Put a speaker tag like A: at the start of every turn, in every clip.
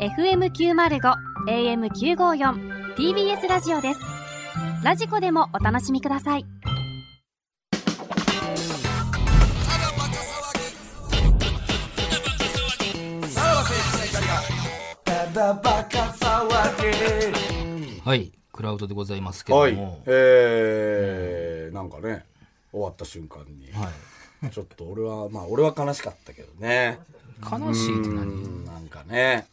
A: FM905 AM954 TBS ラジオですラジコでもお楽しみください
B: はい、クラウドでございますけども、
C: は
B: はい
C: い、えー、なんかね終わった瞬間 に、ちょっと俺はまあ俺は悲しかったけどね
B: 悲しいって
C: う
B: 何
C: んなんかね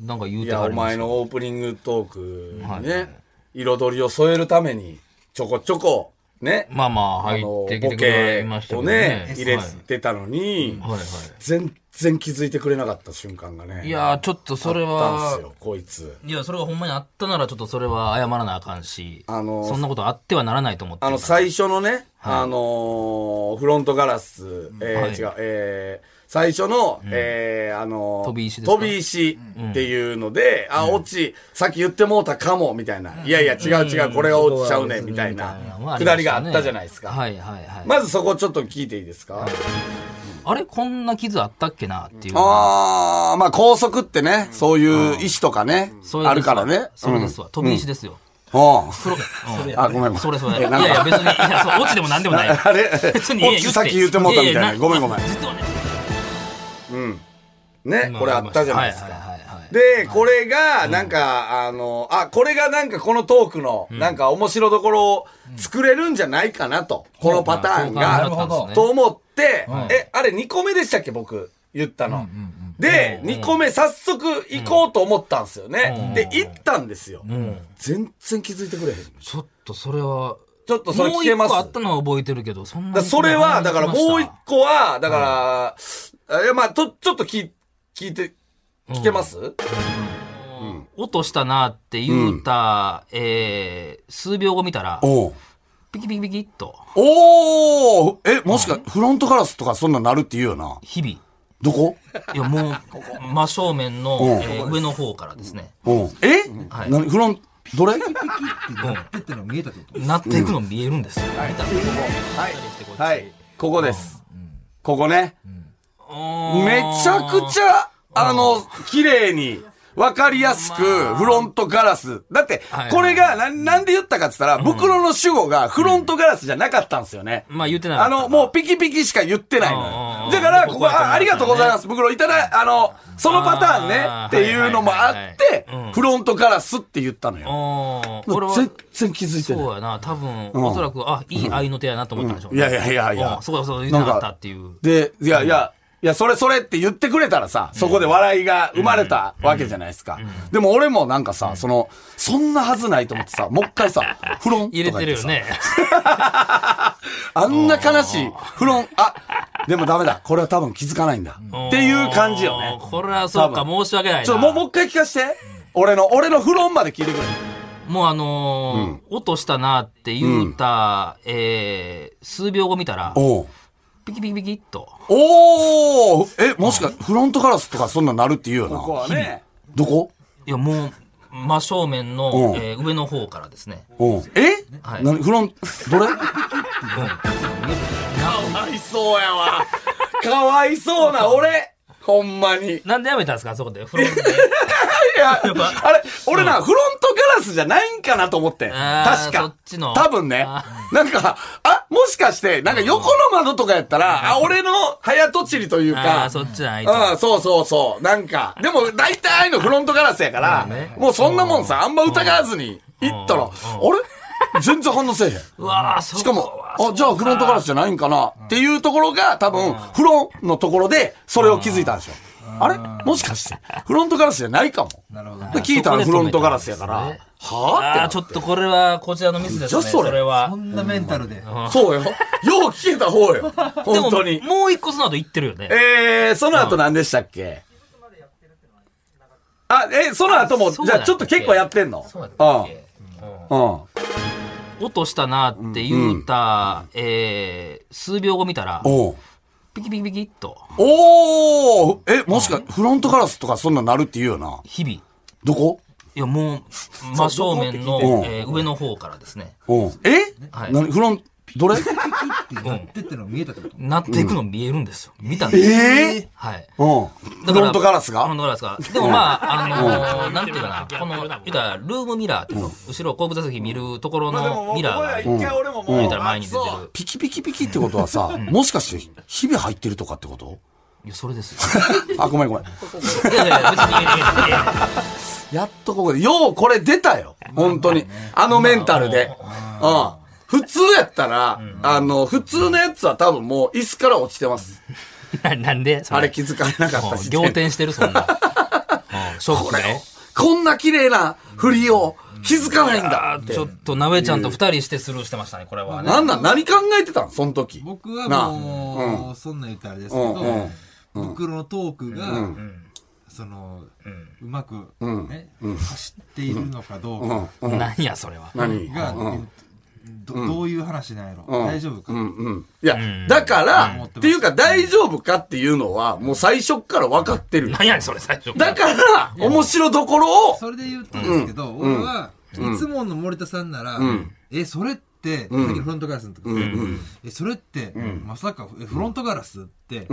B: なんか言う
C: い
B: て
C: や
B: は
C: お
B: ります
C: 前のオープニングトーク
B: はい
C: にね、彩りを添えるためにちょこちょこね、
B: まあまあ
C: あの
B: 入ってき
C: ボ
B: てくれ
C: ケ
B: ましたけ
C: を
B: ど
C: ね
B: ね
C: 入れ
B: はい
C: てたのに、
B: はいは
C: 全然気づいてくれなかった瞬間がね
B: い、いやーちょっとそれ
C: あったんです
B: は
C: よこいつ
B: いやそれがほんまにあったならちょっとそれは謝らなあかんし、
C: あの
B: そんなことあってはならないと思ってる
C: あの
B: から
C: 最初のね、あのーフロントガラス、えー
B: はい
C: 違う、えー最初の、えーあのー
B: 飛び石ですか
C: 飛び石っていうので、あ、落ち、さっき言ってもうたかも、みたいな。いやいや、違う違う、これが落ちちゃうね、みたいな
B: まあ、あ
C: く
B: り
C: だ
B: ま
C: り
B: し
C: があ
B: ね
C: ったじゃないですか。
B: はいはいはい、
C: まずそこちょっと聞いていいですか、
B: あれこんな傷あったっけなっていうのが
C: ああまあ高速ってね、そういう意志とかね、
B: それですわ
C: あるからね。
B: それですわ、飛び石ですよ、
C: うん。うん
B: それそれ
C: あ、ごめんごめん。
B: それそれい
C: えなん
B: や
C: か
B: いや別にいやそう落ちでも何でもない
C: あれ
B: 別にいや
C: 落ち先言うてもうたみたいなごめんごめん
B: 実はね
C: ね、これあったじゃないですか。
B: はいはいはいはい
C: で、これが、なんか、あの、あ、これがなんかこのトークの、なんか面白どころを作れるんじゃないかなと。このパターン
B: まあそう考
C: が
B: えたんです、ね
C: と思って
B: はい、
C: え、あれ2個目でしたっけ僕、言ったの。で、2個目早速行こうと思ったんですよね。で、行ったんですよ。全然気づいてくれへん。ち
B: ちょっとそれは
C: ょっとそれ聞けます
B: もう一個あったのは覚えてるけど、そん
C: だから
B: な
C: それは、だからもう一個は、だから、いや、まあ、と、ちょっと聞い、聞いて、聞けます、
B: 個。落としたなって言うた、えー、数秒後見たら、
C: おう
B: ピキピキピキっと、
C: おおえ、もしか、フロントガラスとかそんなんなるって言うよな。
B: 日々。
C: どこ
B: いや、もう、真正面の、
C: うん
B: えー上の方からですね、
C: うん。え、
B: はい
C: 何フロン、どれ
B: なっていくの見えるんですよ。見たら
C: はい。
B: こっち
C: はい。ここです。ここね。
B: あー
C: めちゃくちゃ、あの、綺麗に、わかりやすく、フロントガラス。だって
B: はい、
C: これが、な、なんで言ったかって言ったら、袋の主語がフロントガラスじゃなかったんですよね。
B: まあ言ってなか
C: あ
B: った
C: の、もうピキピキしか言ってない
B: うんうん
C: の
B: う
C: よ。
B: ん
C: だから、
B: ここ
C: ここ、
B: は
C: あありがとうございます。袋いただ、あの、そのパターンね
B: あー、
C: っていうのもあっ
B: はいはい
C: て
B: はいはいうん、
C: フロントガラスって言ったのよ。
B: あー、俺は、
C: 全然気づいて
B: そう
C: ない。
B: やな、多分、おそらく、あ、いい合いの手やなと思ったんでしょう
C: い
B: ね、
C: やいやいやいや
B: うん。そうだそうだ、言ってなかったっていう。
C: で、いやいや、いや、それそれって言ってくれたらさ、そこで笑いが生まれたわけじゃないですか。でも俺もなんかさ、その、そんなはずないと思ってさ、もう一回 さ、フロンと
B: 入れ
C: か
B: てる
C: 言って
B: よ
C: さ、
B: ね。
C: あんな悲しい、フロン、あ、でもダメだ、これは多分気づかないんだ。っていう感じよね。
B: これはそうか、
C: 多分
B: 申し訳ないな。
C: ちょ、もう、もう一回聞かして。俺の、俺のフロンまで聞いてくれ。
B: もうあのー落としたなって言うた、えー、数秒後見たら、
C: おう
B: ピキピキピキっと、
C: おおえ、もしか、フロントガラスとかそんなんなるって言うよな。どこ
B: いやもう、真正面
C: お
B: の
C: う、
B: えー上の方からですね。
C: おうえ、
B: はい
C: 何フロン、どれ
B: な
C: かわいそうや わ。かわいそうな俺。ほんまに。い
B: なんでやめたんですか、あそこで。フロントで
C: や、あれ、俺な、フロントガラスじゃないんかなと思ってん。
B: あー
C: 確
B: そ
C: か
B: っちの。
C: 多分ね
B: あ。
C: なんか、あ、もしかして、なんか横の窓とかやったら、あ、俺の早とちりという
B: あ
C: か
B: あ、、そっちじゃないと。
C: うん、そうそうそう。なんか、でも大体ああいうのフロントガラスやから、
B: まあね
C: もうそんなもんさ、あんま疑わずに行ったら、あれ全然反応せえへん。し
B: うわあ、そ
C: かも、あ、じゃあフロントガラスじゃないんかなっていうところが、多分、フロンのところで、それを気づいたんでしょ。あれもしかして、フロントガラスじゃないかも。で聞いたらフロントガラスやから、
B: そこ
C: は
B: で止めたん
C: ぁっ
B: です
C: て
B: あ
C: な
B: あ、ちょっとこれは、こちらのミスですね。
C: じゃそれ
B: それは。
D: こんなメンタルで。
C: そうよ。よ う聞けた方よ。本当に
B: で。も、もう一個その後言ってるよね。
C: えー、その後何でしたっけ、あ、え、その後も、
B: そう
C: じゃあ
B: だ
C: ちょっと結構やってんの
B: そうやったっけ
C: う
B: 落としたなって言うた、えー、数秒後見た
C: ん。
B: ら、
C: うん。
B: ピキピキピキっと、
C: おおえ、もしか、フロントガラスとかそんなんなるって言うよな。
B: 日々。
C: どこ
B: いや、もう、真正面
C: ど
B: の
C: こって聞い、て
B: えー上の方からですね。
C: うん。え、
B: はい
C: 何フロン、どれ
D: ってなってってのが見えたってこと
B: なっていくの見えるんですよ。見たん
C: え
B: ですよ。
C: え
B: はい。
C: うん。フロントガラス
B: フロ
C: が
B: ントガラスが。でもまあ、あのーなんていうかな、この、言うたら、ルームミラーっていうの、後ろ後部座席見るところのミラーがある、
D: 回俺も
B: 言
D: も
B: うたら前に出てる。
C: ピキピキピキってことはさ、もしかして、日々入ってるとかってこと
B: いや、それですよ。
C: あ、ごめんごめん。
B: いやいや、別にいやいやいやいや、
C: やっとここで、ようこれ出たよ。本当に。あのメンタルで。うん。普通やったら、あの、普通のやつは多分もう椅子から落ちてます。
B: ななんでそ
C: あれ気づかれなかった
B: も
C: し。
B: う仰天してる、そんな。うんショックだよ。
C: こんな綺麗な振りを気づかないんだ
B: あ
C: って
B: ち。ょっと、なべちゃんと二人してスルーしてましたね、これはね。
C: なんなん何考えてたんその時。
D: 僕は
C: なあ
D: もう、そんなん言ったらあれですけ
C: う
D: ど
C: んうん、
D: 僕のトークが、その、うまく、ね、走っているのかどうか
B: 何や、それは。
C: 何
D: が、どどういう話なんやろ大丈夫か
C: うんうん。いや、だから、っていうか大丈夫かっていうのは、もう最初っから分かってるよ。
B: 何やねん、それ、最初。
C: だから、面白どころを、
D: それで言うとですけど、俺は、いつもの森田さんなら、え、それって、さっきのフロントガラスのとこえ、それって、まさか、えフロントガラスって、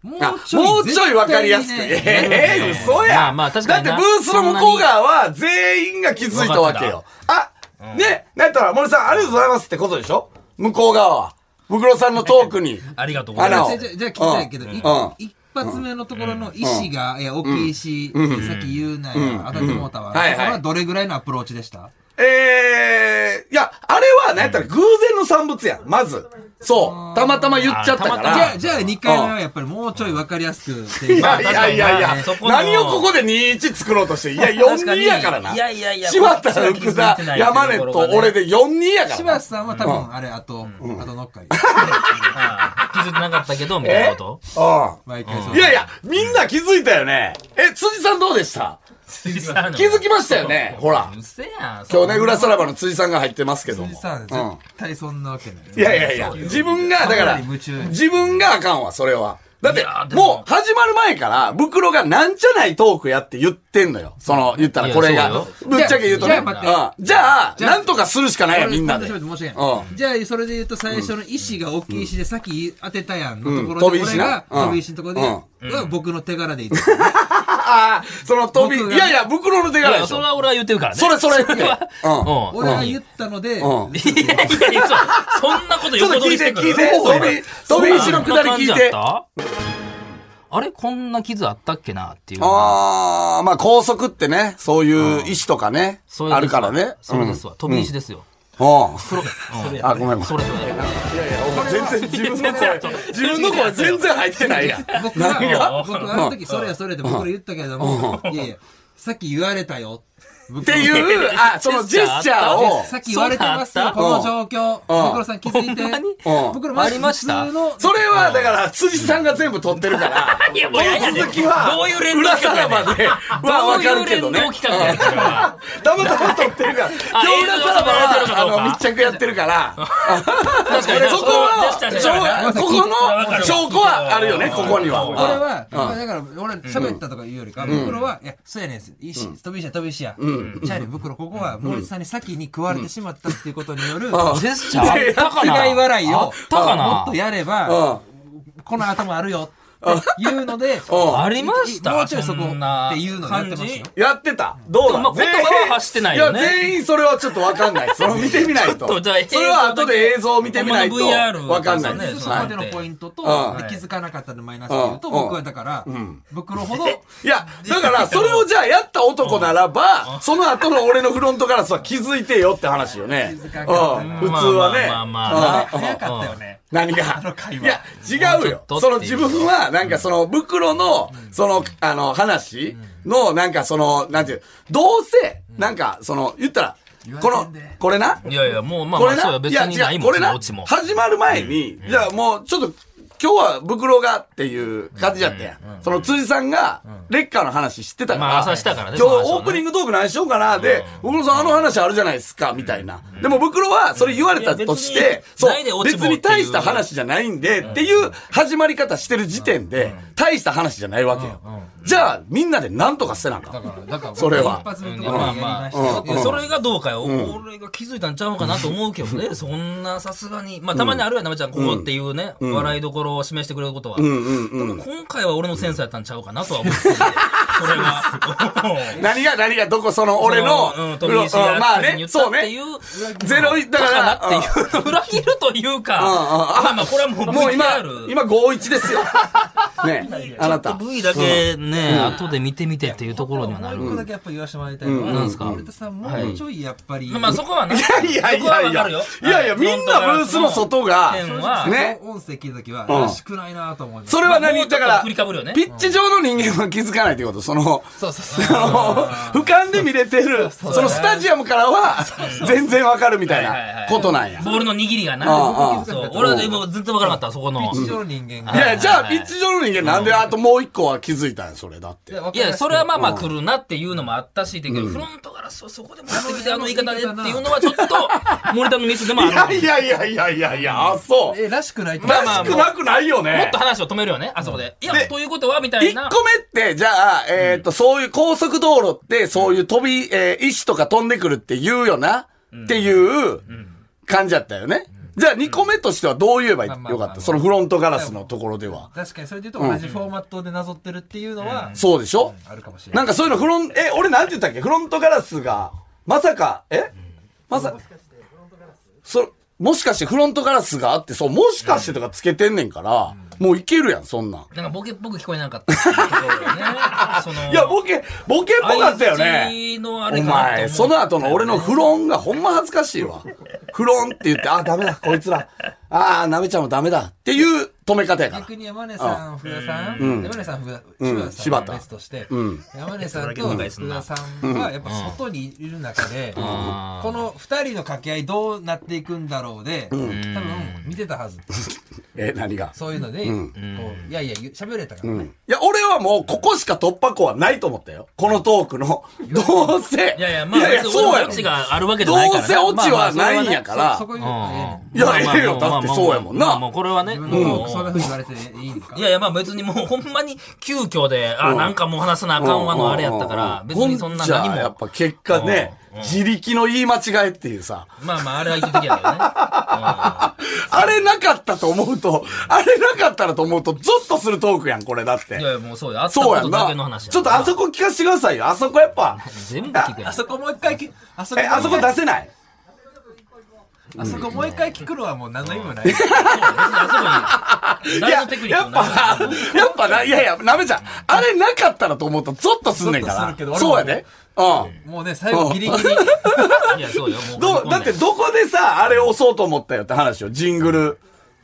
D: もう
C: あもうちょい分かりやすく。
D: 絶対にね
C: ええ、嘘や。
B: まあまあ確かにな
C: だってブースの向こう側は全員が気づいたわけよ。あ、ね、なんやったら森さんありがとうございますってことでしょ向こう側は。ブクロさんのトークに。
B: ありがとうござい
C: あ
B: ま
C: ら
B: す。
D: じゃあじゃあ聞きたいけど、
C: うん
D: い
C: うん
D: 一発目のところの意思が、いや、大きい石、さっき言うなや、当たってもうたわ。
C: うんはいはい
D: これはどれぐらいのアプローチでした
C: ええいや、あれは、なんやったら偶然の産物やん、まず。そう。たまたま言っちゃったか
B: あ
D: じゃ
C: ら
D: あ、。じゃあ2回目はやっぱりもうちょいわかりやすくっていう。
C: い
D: まあ
C: やいやいやいや
B: まあ確かになそこ、の
C: 何をここで21作ろうとして、いや、42やからな。
B: いやいやいや
C: 柴田、
B: こっちが
C: 福
B: 気づい
C: 田
B: てな、い
C: 山根と俺で42やから
D: 柴
C: な
D: 田。さんは多分、あれ、あと、あとのっかい。
B: あ気づいてなかったけど、みたいなこと
C: うん
D: 毎回そう。
C: いやいや、みんな気づいたよね。え、辻さんどうでした
B: 気
C: 気づき
B: ま
C: ましたよね。ほら
B: う。っせえやん。
C: 今日ね、裏さらばの辻さんが入ってますけども。
D: 辻さん、絶対そんなわけない。
C: いやいやいや、自分が、だか、
D: からなり夢中
C: 自分があかんわ、それは。だって
B: いや、でも
C: もう始まる前から、袋がなんじゃないトークやって言ってんのよ。その、言った
B: い
C: ら
B: や
C: これが
B: そ。
C: ぶっちゃけ言うとね。う
D: じゃあ
C: ん
D: 待って
C: じゃあ、
D: じゃあ
C: なんとかするしかないや、みんなで。
D: 俺
C: う
D: 申し訳
C: う
D: なんい。じゃあ、それで言うと最初の石が大きい石で、さっき当てたやんのとこ
C: うん
D: ろで、
C: 飛び
D: 俺
C: 石な
D: が
C: うん
D: 飛び石のところで、が僕の手柄でいい。
C: ああ、その飛
D: 僕
C: び、
D: が
C: いやいや、袋の手
B: い
C: 柄で
B: や、
C: し
B: それ
C: ょ。
B: は俺は言ってるからね。
C: それそれ
B: それは。
C: う
B: うん。
D: 俺が言ったので、
C: うん。
B: いやいやいや、そうそんなこと
C: ちょっ
B: 横
C: と
B: 取
C: 聞
B: り
C: い
B: して
C: て、
B: くる
C: 聞いて、飛び、飛び石の下り聞いて。
B: あれこんな傷あったっけなっていう。
C: ああ、まあ高速ってね、そういう意思とかね、
B: それですわ
C: あるからね。
B: それですわ。飛び石ですよ。
C: うん。うん
B: 黒
C: あ、ごめんごめん。
B: それそれ。
C: 全然自分 の声、自分の声全然入ってないやん。
D: 僕は
C: 何が、
D: 僕はあの時、それやそれで僕ら言ったけれども、いやいや、さっき言われたよ。っ
C: って いう、あ、そのジェスチャーを、
D: さっき言われてますよ、この状
C: う
D: 況。
C: ん
D: 僕らさん気づいて
B: ほんまに。
C: うん
D: 僕ら
B: ありました
D: 普通の
C: それはだから辻さんが全部撮ってる から、
B: いや、もうややねん
C: 続きは、
B: どういう連動
C: 裏
B: 企
C: さ
B: 画
C: ら
B: やねん
C: ばで、 はわかるけどね。
B: どういう連動企画やねんそれは
C: うんたまたま撮って るから、今日裏さらば
B: 映像とかどう
C: は、
B: か
C: あの、密着やってる から、
B: 確かに
C: そこは、
B: ジェスチャーじゃないな
C: ここの証拠はあるよね、ここには。
D: 俺は、まあだから、俺、喋ったとか言うよりか、袋は、いや、そうやねんす。いいし、飛び石や飛び石や。じゃあね、袋、ここは、森さんに先に食われてしまったっていうことによる、
B: ジェスチャーあったか
D: 世
B: な
D: 界笑い
B: あっ
D: を、
B: たかな
D: もっとやれ
C: うん
D: ば、この頭あるよ、っていうので、
C: うん
B: ありました
D: もうちょいそこ、
B: そんな
D: っていうのやってますよ
B: 感。
C: やってた。どうだ
B: まあ言葉は発してないよね
C: いや、全員それはちょっとわかんない。それを見てみないと。
B: ちょっとじゃあ映像
C: それは後で映像を見てみないと
B: ほんまの VR
C: わかんない
B: とか
C: で
B: ね
C: す。
D: そ
C: は
D: こ
C: い
D: でのポイントと、
C: はい
D: で気づかなかったのマイナスで言うと、
C: うん
D: 僕はだから、袋ほど、
C: いや、だから、それをじゃあやった男ならば、その後の俺のフロントガラスは気づいてよって話よね。うん、普
D: 気
C: 通
D: づかんかったな
C: はね。
B: まあまあまあまあ
C: うん
D: 早かったよね。
C: 何が
D: の会
C: い
D: 話
C: や、違うよ
B: も。うち
C: そ
B: ょ
C: の
B: っとってい
C: 自
B: う
C: 分は、なんかその、袋の、その、あの、話の、なんかその、なんていう、どうせ、なんか、その、言ったら、こ
D: われ
C: の
D: てんで、
C: これな、
B: いやいや、もうまあ
C: こ
B: ま
C: れ
B: あ、そう
C: な、
B: よ。別にないもん、
C: これ
B: その
C: な
B: オチも、。
C: 始まる前に、じゃあもうちょっと、今日は袋がっていう感じやったやん。その辻さんが、レッカーの話知ってたか
B: まあ
C: ら、
B: 朝
C: 今
B: し
C: 日
B: たからねその話をね
C: オープニングトーク何しようかな、で、袋さんあの話あるじゃないですか、みたいな。でも袋はそれ言われたとし
B: いや別
C: て
B: に、
C: そう
B: ないで、落ち
C: 別
B: 棒ってい
C: に大
B: う
C: した話じゃないんで、っていう始まり方してる時点で、大した話じゃないわけよ。じゃあ、みんなで何とかせなあかん
D: だから、だから、
C: それは
D: 一発目のところ
B: まあ
D: でやり
B: ま
D: ました
B: あ、いやそれがどうかよ、俺が気づいたんちゃうかなと思うけどね、そんなさすがに、まあたまにあるやん、なめちゃん、ここっていうね、笑いどころを示してくれることは。でも今回は俺のセンスやったんちゃうかなとは思ってて、それは。
C: 何が何がどこその 俺の、
B: そうん、
C: う
B: 富
C: ん
B: 士市
C: まあ
B: が
C: ね
B: 言、っ
C: そ
B: た
C: う
B: ってい
C: ね。
B: う、
C: ゼロ、だ
B: だ
C: か、
B: かららっていう、裏切るというか、
C: うんうん
B: まあまあ、これはもう
C: もう今
B: VTR。、
C: 今51です よ。ね、あなた。
B: V だけね、後で見てみてっていうところにはなる
D: もう一個だけやっぱ言わせてもらいたいのは、
B: なんすか
D: 森田さん、もうちょいやっぱり、
B: まあまあそこはね。
C: いやい
B: そこは
C: やい
B: わ
C: や
B: かるよ。
C: いやいや、みんなブースの外が、
B: 点は、
C: ね
D: 音声聞いた時は、
C: ん
D: らしくないなと思います。
C: それは何
B: もうち
C: だ
B: ょっ
C: か
B: と
C: ら、
B: 振りかぶるよね
C: ピッチ上の人間は気づかないってこと。その、
D: そうそう
C: あ
D: そう。
C: の俯瞰で見れてる、そのスタジアムからは、全然わかるみたい
B: はいはいは
C: ないことなんや。
B: ボールの握りが
C: ああ
B: な。そう。俺はでもずっとわからなかった、そこの。
D: 一応の人間
C: い
D: が。
C: や、じゃあ、ピッチ上の人間なんで、あともう一個は気づいたんやそれだって。
D: わか
B: い
D: りま
B: や、
D: す
B: それはまあまあ来るなっていうのもあったし、だけど、フロントガラスをそこで持ってきて、あの言い方でっていうのはちょっと、森田のミスでもある。も
C: いやいやいやいやいや、あ、そう。
D: え、らしくないと思い
C: ら
D: ます
B: まあ
C: しくなくないよね。
B: っと話を止めるよね、あそこで。いや
C: で、
B: ということは、みたい
C: 一
B: な。
C: 個目って、じゃあ、えっ、と、そういう高速道路って、そういう飛び、えー石とか飛んでくるって言うよな、っていう感じだったよね。じゃあ、二個目としてはどう言えばよ
D: まあま
C: か
D: あま
C: っ
D: あ
C: たそのフロントガラスのところでは。
D: 確かにそれで言うと同じフォーマットでなぞってるっていうのは、
C: そうでしょ
D: あるかもしれ
C: な
D: な
C: いんかそういうのフロン、え、俺なんて言ったっけフロントガラスが、まさか、えまさか、そ、もしかしてフロントガラスがあって、そう、もしかしてとかつけてんねんから、もういけるやん、そんなん。
B: なんかボケっぽく聞こえなかったっていうところよね。そ の
C: いや、ボケ、ボケっぽかったよね。
B: 相槌のあれ
C: お
B: かなと思っ
C: 前、
B: た
C: その後の俺のフロンがほんま恥ずかしいわ。フロンって言って、あ、ダメだ、こいつら。ああ、なめちゃんもダメだ。っていう止め方やから。
D: 逆に山根さん、福田さん、山根さん、福田、
C: うん
D: 柴田さん
C: 柴田
D: の別として、山根さんと福田さんはやっぱ外にいる中で、この二人の掛け合いどうなっていくんだろうで、多分見てたはず。
C: え、何が
D: そういうので、こういやいや、喋れたからね。
C: いや、俺はもう、ここしか突破口はないと思ったよ。このトークの。どうせ。
B: いやいや、まあ、別に
C: そうや
B: 俺の
C: ろ
B: オチがあるわけじ
C: ど
B: ゃないから
C: う
B: ね。
C: せオチは
B: まあまあ
C: ないんやから
D: そ。こに、
B: うん
C: いや
B: まあまあ
C: ええよだってそうやもんな
B: まあまあこれはね、も
D: も
B: う
D: うそんな風に言われていいんですか
B: いやいや、まあ別にもうほんまに急遽で、あ、なんかもう話さなあかんわのあれやったから、別にそんな
C: じゃあ
B: 何も。
C: やっぱ結果ね、自力の言い間違いっていうさ。
B: まあまあ、あれは一時やけどね。
C: あれなかったと思うと、あれなかったらと思うと、ゾッとするトークやん、これだって
B: い。やいや、もうそうや。あった
C: そう
B: こ
C: や
B: と
C: ん
B: だ
C: な
B: けの話や。
C: ちょっとあそこ聞かせてくださいよ。あそこやっ ぱ。
B: 全部聞くや
D: あ
B: ん。
D: そこもう一回き、あそこ
C: え、あそこ出せない
D: あそこもう一回聞くのはもう何の意味もない。
B: あそこに、
C: いや、
B: 誰のテクニッ
C: や
B: ク
C: っ
B: もない
C: ぱ、 やっぱな、いやいや、なめちゃん、あれなかったらと思うと、ゾッとすんねん
D: ゾッとする
C: か
D: けど
C: ら。
D: 俺も
C: そうやで。うん。
D: もうね、最後ギリギリ。
B: いや、そうよ。もう
C: どう、だって、どこでさ、あれ押そうと思ったよって話よ、ジングル。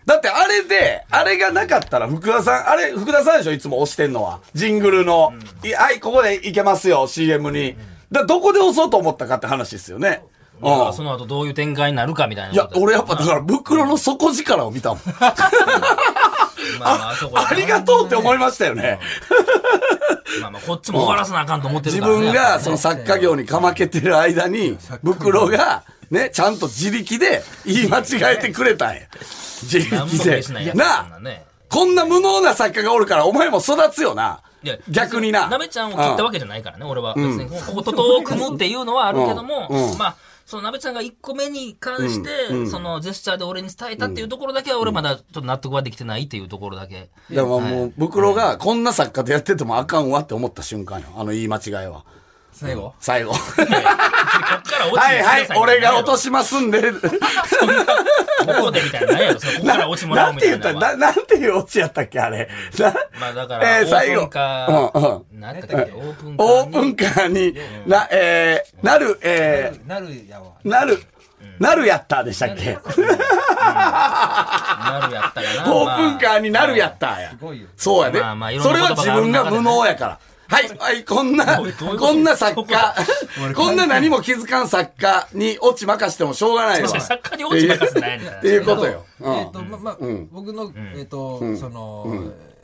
C: だってあれで、あれがなかったら福田さん、あれ、福田さんでしょいつも押してんのは。ジングルの、いはい、ここでいけますよ、CM に。だどこで押そうと思ったかって話ですよね。うん。
B: その後どういう展開になるかみたいな。
C: いや、俺やっぱだから袋の底力を見たもん。
B: まあまあ、あそこやな
C: ありがとうって思いましたよね。
B: まあまあ、こっちも終わらせなあかんと思ってる
C: 自
B: からね。
C: 分
B: や
C: が
B: っぱ
C: その作家業にかまけてる間に、袋が、ね、ちゃんと自力で言い間違えてくれたんや。自
B: 何も
C: 力
B: 気にしない
C: で。
B: やつそん
C: な
B: な
C: あ
B: ね。
C: こんな無能な作家がおるから、お前も育つよな。
B: いや
C: 逆にな。
B: なべちゃんを切ったわけじゃないからね、俺は。別に、こことと組むっていうのはあるけども、まあ、そのなべちゃんが1個目に関して、そのジェスチャーで俺に伝えたっていうところだけは、俺まだちょっと納得はできてないっていうと ころだけ。
C: うん。いや、まあもう、袋がこんな作家でやっててもあかんわって思った瞬間よ。あの言い間違いは。
D: 最後。
C: 最 後。
B: こっから落ち
C: はいはい、俺が落としますんで。
B: ここでみたいな、やろ、そここから落ちもら
C: な
B: うんみ
C: て
B: た
C: 言
B: い
C: った
B: な。
C: な、なんていうオチやったっけ、あれ。な
B: まあだから、
C: えー最後。
B: オープンカ
C: うんうん
B: ー、なんやったっけ、オープンカ
C: オ
B: ー
C: ー
B: に。
C: プンカーに、な、えー、なる、え
D: なるやわ。
C: ー、なる、なるやったでしたっけ
B: なるやったかな。
C: オープンカーになるやったや
D: す。ごいよ。
C: そうやで
B: まあまあい。ろん
C: そ
B: な
C: れ
B: 言
C: は
B: 葉
C: 自
B: がある
C: 分が
B: 中でね
C: 無能やから。はい、はい、こん な、
B: どういうこと
C: こんな作 家
D: 俺、
C: こんな何も気づかん作家にオチ任してもしょうがないわ。
B: 確かに作家にオチ任せないみたいな
C: っていうことよ。うん
D: えっと、ま、ま、僕の、えっと、その、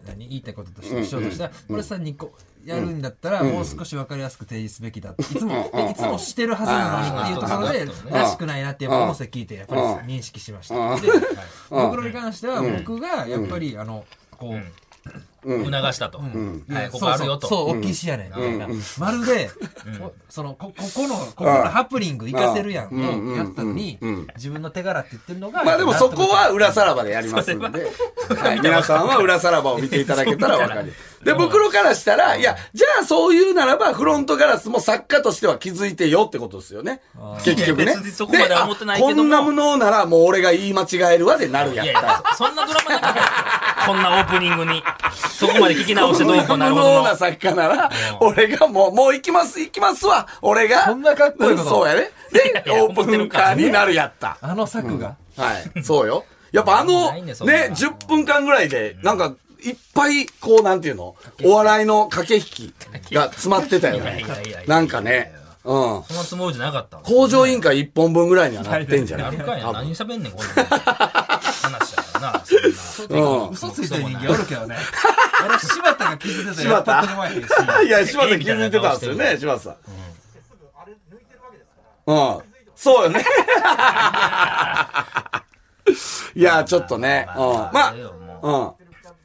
D: 何、言いたいこととして、しようとしたら、これさ、2個。やるんだったら、もう少し分かりやすく提示すべきだっていつも、いつもしてるはずなのにっていうところで、らしくないなって、やっぱ音声聞いて、やっぱり認識しました。で、僕らに関しては、僕が、やっぱり、あの、こう、
B: 促したと。
D: い
B: はい、
D: や
B: こ
D: そ
B: こ
D: う
B: あ
D: そ
B: る
D: う
B: よと。
D: そう、大きいしやねん。みたいなまるで、こその、こ、ここの、ここのハプニング活かせるやん。をやったのに、自分の手柄って言ってるのが。
C: まあでもそこは
D: 納
C: 裏さらばでやりますんで、 はい、皆さんは裏さらばを見ていただけたらわかる。で、袋からしたら、いや、じゃあそういうならば、フロントガラスも作家としては気づいてよってことですよね。結局
B: い
C: ね。
B: や別にそこまでは思ってないけど
C: で
B: も
C: あこんなものならもう俺が言い間違えるわでなる
B: い
C: や
B: や
C: っ
B: い
C: た
B: や
C: ら。、
B: そそんなドラマなかったですよこんなオープニングに。そこまで聞き直してどうこうなるほ
C: 無
B: ど
C: 能な
B: の。
C: 作家なら、俺がもう、もう行きます、行きますわ。俺が。
D: そんなかっこいいこと
C: そうやね。で
B: い、やいや
C: オープンカーになるやった。
D: 得あの策が。
C: はい。そうよ。やっぱあの、
B: ない
C: ね、
B: ねそんな
C: 10分間ぐらいで、なんか、いっぱい、こう、なんていうのお笑いの駆け引きが詰まってたよ
B: いやい
C: ね
B: やいやい。や
C: なんかね。うん。
B: そのつもりじゃなかったわ。
C: 工場委員会1本分ぐらいにはなってんじゃ
B: や
C: ない
B: るかい
C: 多
B: な。
C: 分
B: 何喋んねん、こんな話やからな。そん
C: う
B: な
C: ん。
D: 嘘ついてる人間おるけどね。 俺、柴田が気づいてた
C: 柴
D: ら、
C: 田
D: 本当に前へんし。
C: いや、柴田気づいてたんですよね、柴田さん。うん。そうよね。 いや、ちょっとね。うん。ま
B: ええよも
C: あ、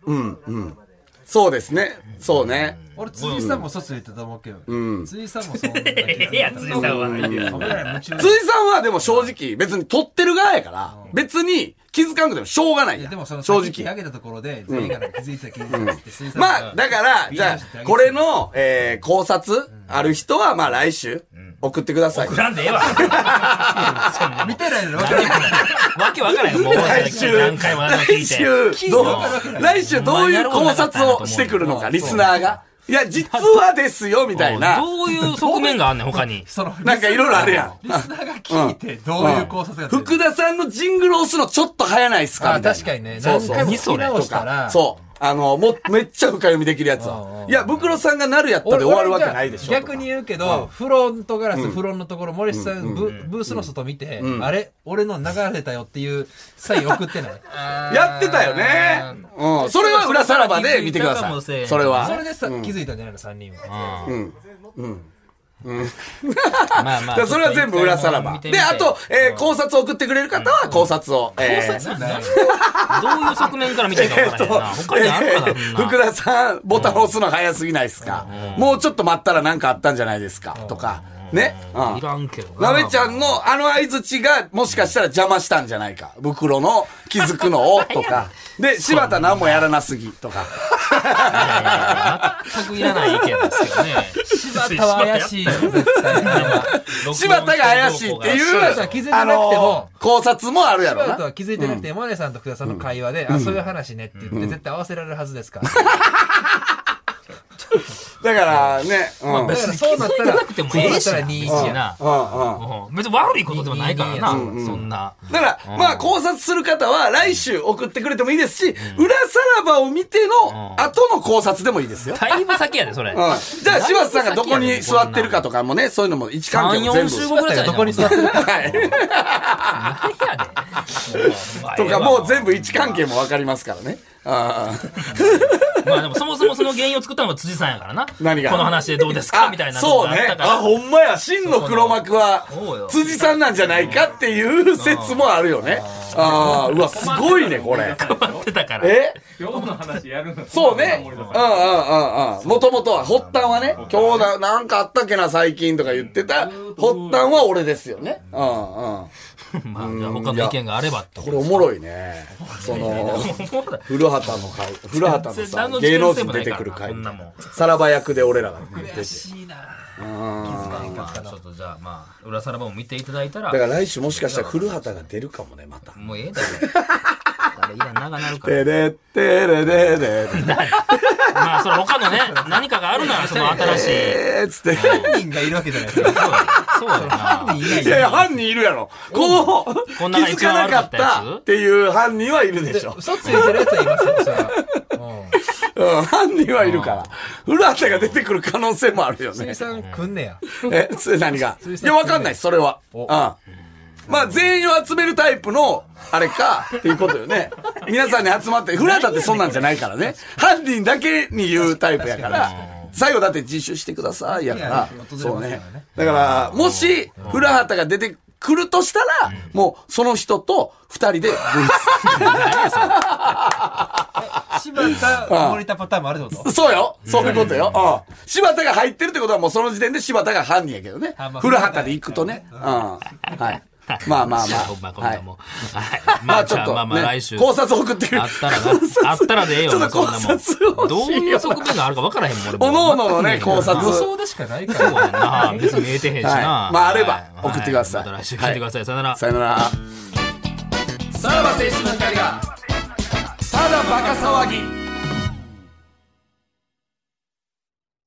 C: うん。うん、うん。そうですね。そうね。
D: 俺、辻さんも嘘ついてたと思うけど。辻さんもそんな気づいう
B: いや、辻さんは。
D: 俺ら夢中で。
C: 辻さんはでも正直、別に撮ってる側やから、別に気づかんくてもしょうがない
D: い
C: や
D: や
C: ん
D: でもその、
C: 正
D: 先に上
C: 直。
D: げたところで、全員が気づいてた、気づいてたっつって、辻さんが
C: まあ、だから、じゃあ、これ、の、えー考察、ある人は、まあ来週、送ってください。
B: 送らんでええわ。
D: 見てないのに分からない。
B: わけわからんよ、もう。
C: 来週、
B: 何回もあの聞
C: 来
B: いて。
C: 週、どう、来週どういう考察をしてくるのか、リスナーが。いや、実はですよ、みたいな。
B: どういう側面があんねん、他に。
D: その、
C: なんかいろいろあるや
D: リスナーが聞いて、どういう考察が
C: ん。福田さんのジングル押すのちょっと早ないっすか
D: あ
C: みたいな
D: 確かにね。
C: そうそう
D: 何回も聞き直
C: と
D: した、、
C: から
D: う。
C: そう。あの、もう、めっちゃ深読みできるやつ
D: うんうん
C: は
D: う。ん
C: いや、袋さんがなるやったで終わるわけないでしょ。
D: 逆に言うけど、フロントガラス、フロンのところ、森下さん、ブブースの外見て、あれ俺の流れたよっていうサイン送って ない
C: やってたよね。うん。それは裏さらばで見てくだ
B: それは
C: さ
B: 気づいたかもしれ
C: い。
B: ん
C: それは。
D: それでさ、気づいたんじゃないの、3人は。
B: まあ
C: だ
B: ま
C: からそれは全部裏さらば。で、あと、えー考察を送ってくれる方は考察を。えー
B: な何をどういう側面から見ていいか分からへんな。他にあるかな、そんな
C: 福田さん、ボタン押すの早すぎないですか、もうちょっと待ったら何かあったんじゃないですか、とか。ね。うん
B: いらんけどな。
C: なべちゃんのあの相槌がもしかしたら邪魔したんじゃないか。袋の気づくのをとか。で、柴田何もやらなすぎとか。
B: 全くいらない意見ですけどね。柴
D: 田は怪しいよ、絶対。
C: 柴田が怪しいっていう、
D: 柴田は気づいてな
C: あ
D: くても
C: の考察もあるやろ
D: 柴田
C: な。
D: は気づいてなくて、マネさんと福田さんの会話で、あ、そういう話ねって言って、絶対合わせられるはずですから。
C: だからね、うん。うんうん。
D: だからそうなった
B: 気づいて
D: ら、
B: なくてもええし
D: そう
B: な
D: なったら2、
B: 別
D: 1
B: に
D: やな。
B: なうん別に悪いことでもないからな、そんな。
C: だから、まあ考察する方は来週送ってくれてもいいですし、裏さらばを見ての後の考察でもいいですよ。
B: だいぶ先やで、それ。
C: うん。じゃあ、柴田さんがどこに座ってるかとかもね、そういうのも位置関係
B: 3、
C: も全
B: 4
C: 部。
B: 週後ぐらいじゃない
D: どこに座ってるか。
C: はい。
B: 何やで。
C: とか、もう全部位置関係もわかりますからね。ああ。
B: まあでもそもそもその原因を作ったのが辻さんやからな。
C: 何が
B: この話でどうですかみたいなの
C: そう
B: があっ
C: ね
B: た。から。
C: あ、ほんまや。真の黒幕は
B: そうよ、
C: 辻さんなんじゃないかっていう説もあるよね。ああ、うわ、すごいね、これ。
B: 困ってたから。
C: え
E: 今日の話やるの
C: そうね。うんうんうんうん。もともとは、発端はね、今日ななんかあったっけな、最近とか言ってた、発端は俺ですよね。うんうん。
B: まあ、じゃあ他の意見があればって。
C: これおもろいね。その、古畑の回、古畑のさ
B: 全然何の、
C: 芸能
B: 事
C: 人
B: 件性もな
C: 出
B: い
C: て
B: から
C: くる回
B: こんなもん、
C: さらば役で俺らが出てて。
B: まあ、ちょっとじゃあ、まあ、裏さらばも見ていただいた、
C: だからら来週もしかしたら古畑が出るかもね、また。
B: もうええだろ。あれ、いら長なるから
C: て。れってれれれれ。
B: まあ、それ他のね、何かがあるなら、 その新しい。
C: えーっつって。
D: 犯人がいるわけじゃないですか。
B: そうやな。
C: いやいや、犯人いるやろ。この、気
B: こんなの
C: づ
B: 一
C: か
B: 番
C: な
B: 悪
C: か
B: か
C: っ
B: ったやつ
C: たっていう犯人はいるでしょ。
D: 嘘ついてるやつはいますよ、それは。うん
C: うん、犯人はいるから。古畑が出てくる可能性もあるよね
D: 水。産くんねや。
C: え、つ何が
D: 水産
C: いや、わかんない、それは。う
D: お
C: ん。まあ、全員を集めるタイプの、あれか、っていうことよね。皆さんに集まって、フラだってそんなんじゃないからね。犯人だけに言うタイプやから、最後だって自首してください、やから
D: いや。訪れ
C: そう
D: ますから
C: ね
D: ね。
C: だから、もし、フラハタが出てくるとしたら、もう、その人と二人で分
D: 柴田、森田パターンもあるってこと
C: 析、そうよ。そういうことよ。うん。柴田が入ってるってことは、もうその時点で柴田が犯人やけどね
D: あま。あ
C: フラハタで行くとね。うん。はい。まあまあまあ。
B: まあ、こん
C: は
B: ないもん。は い。
C: ま
B: ま
C: あ
B: あ、
C: ち
B: ち
C: ょ
B: ょ
C: っ
B: っ
C: と、
B: と、
C: ね、
B: まあまあ、来週。
C: 考察送ってくれ
B: あったらな。あったらでええよ。
C: ちょっと
B: もうそんなもん
C: 考察を
B: どういう側面があるかわからへんもん、俺も
C: おのおののね
B: 全く見えへ
C: 考
B: ん
C: 察
D: 予想でしかないか
B: そうや
D: ら。
B: んな。別に見えてへんしな。
C: はいまああれば送ってください
B: また来週聞いてください。さよなら。
C: さよなら。さらば青春の光が、ただバカ騒ぎ。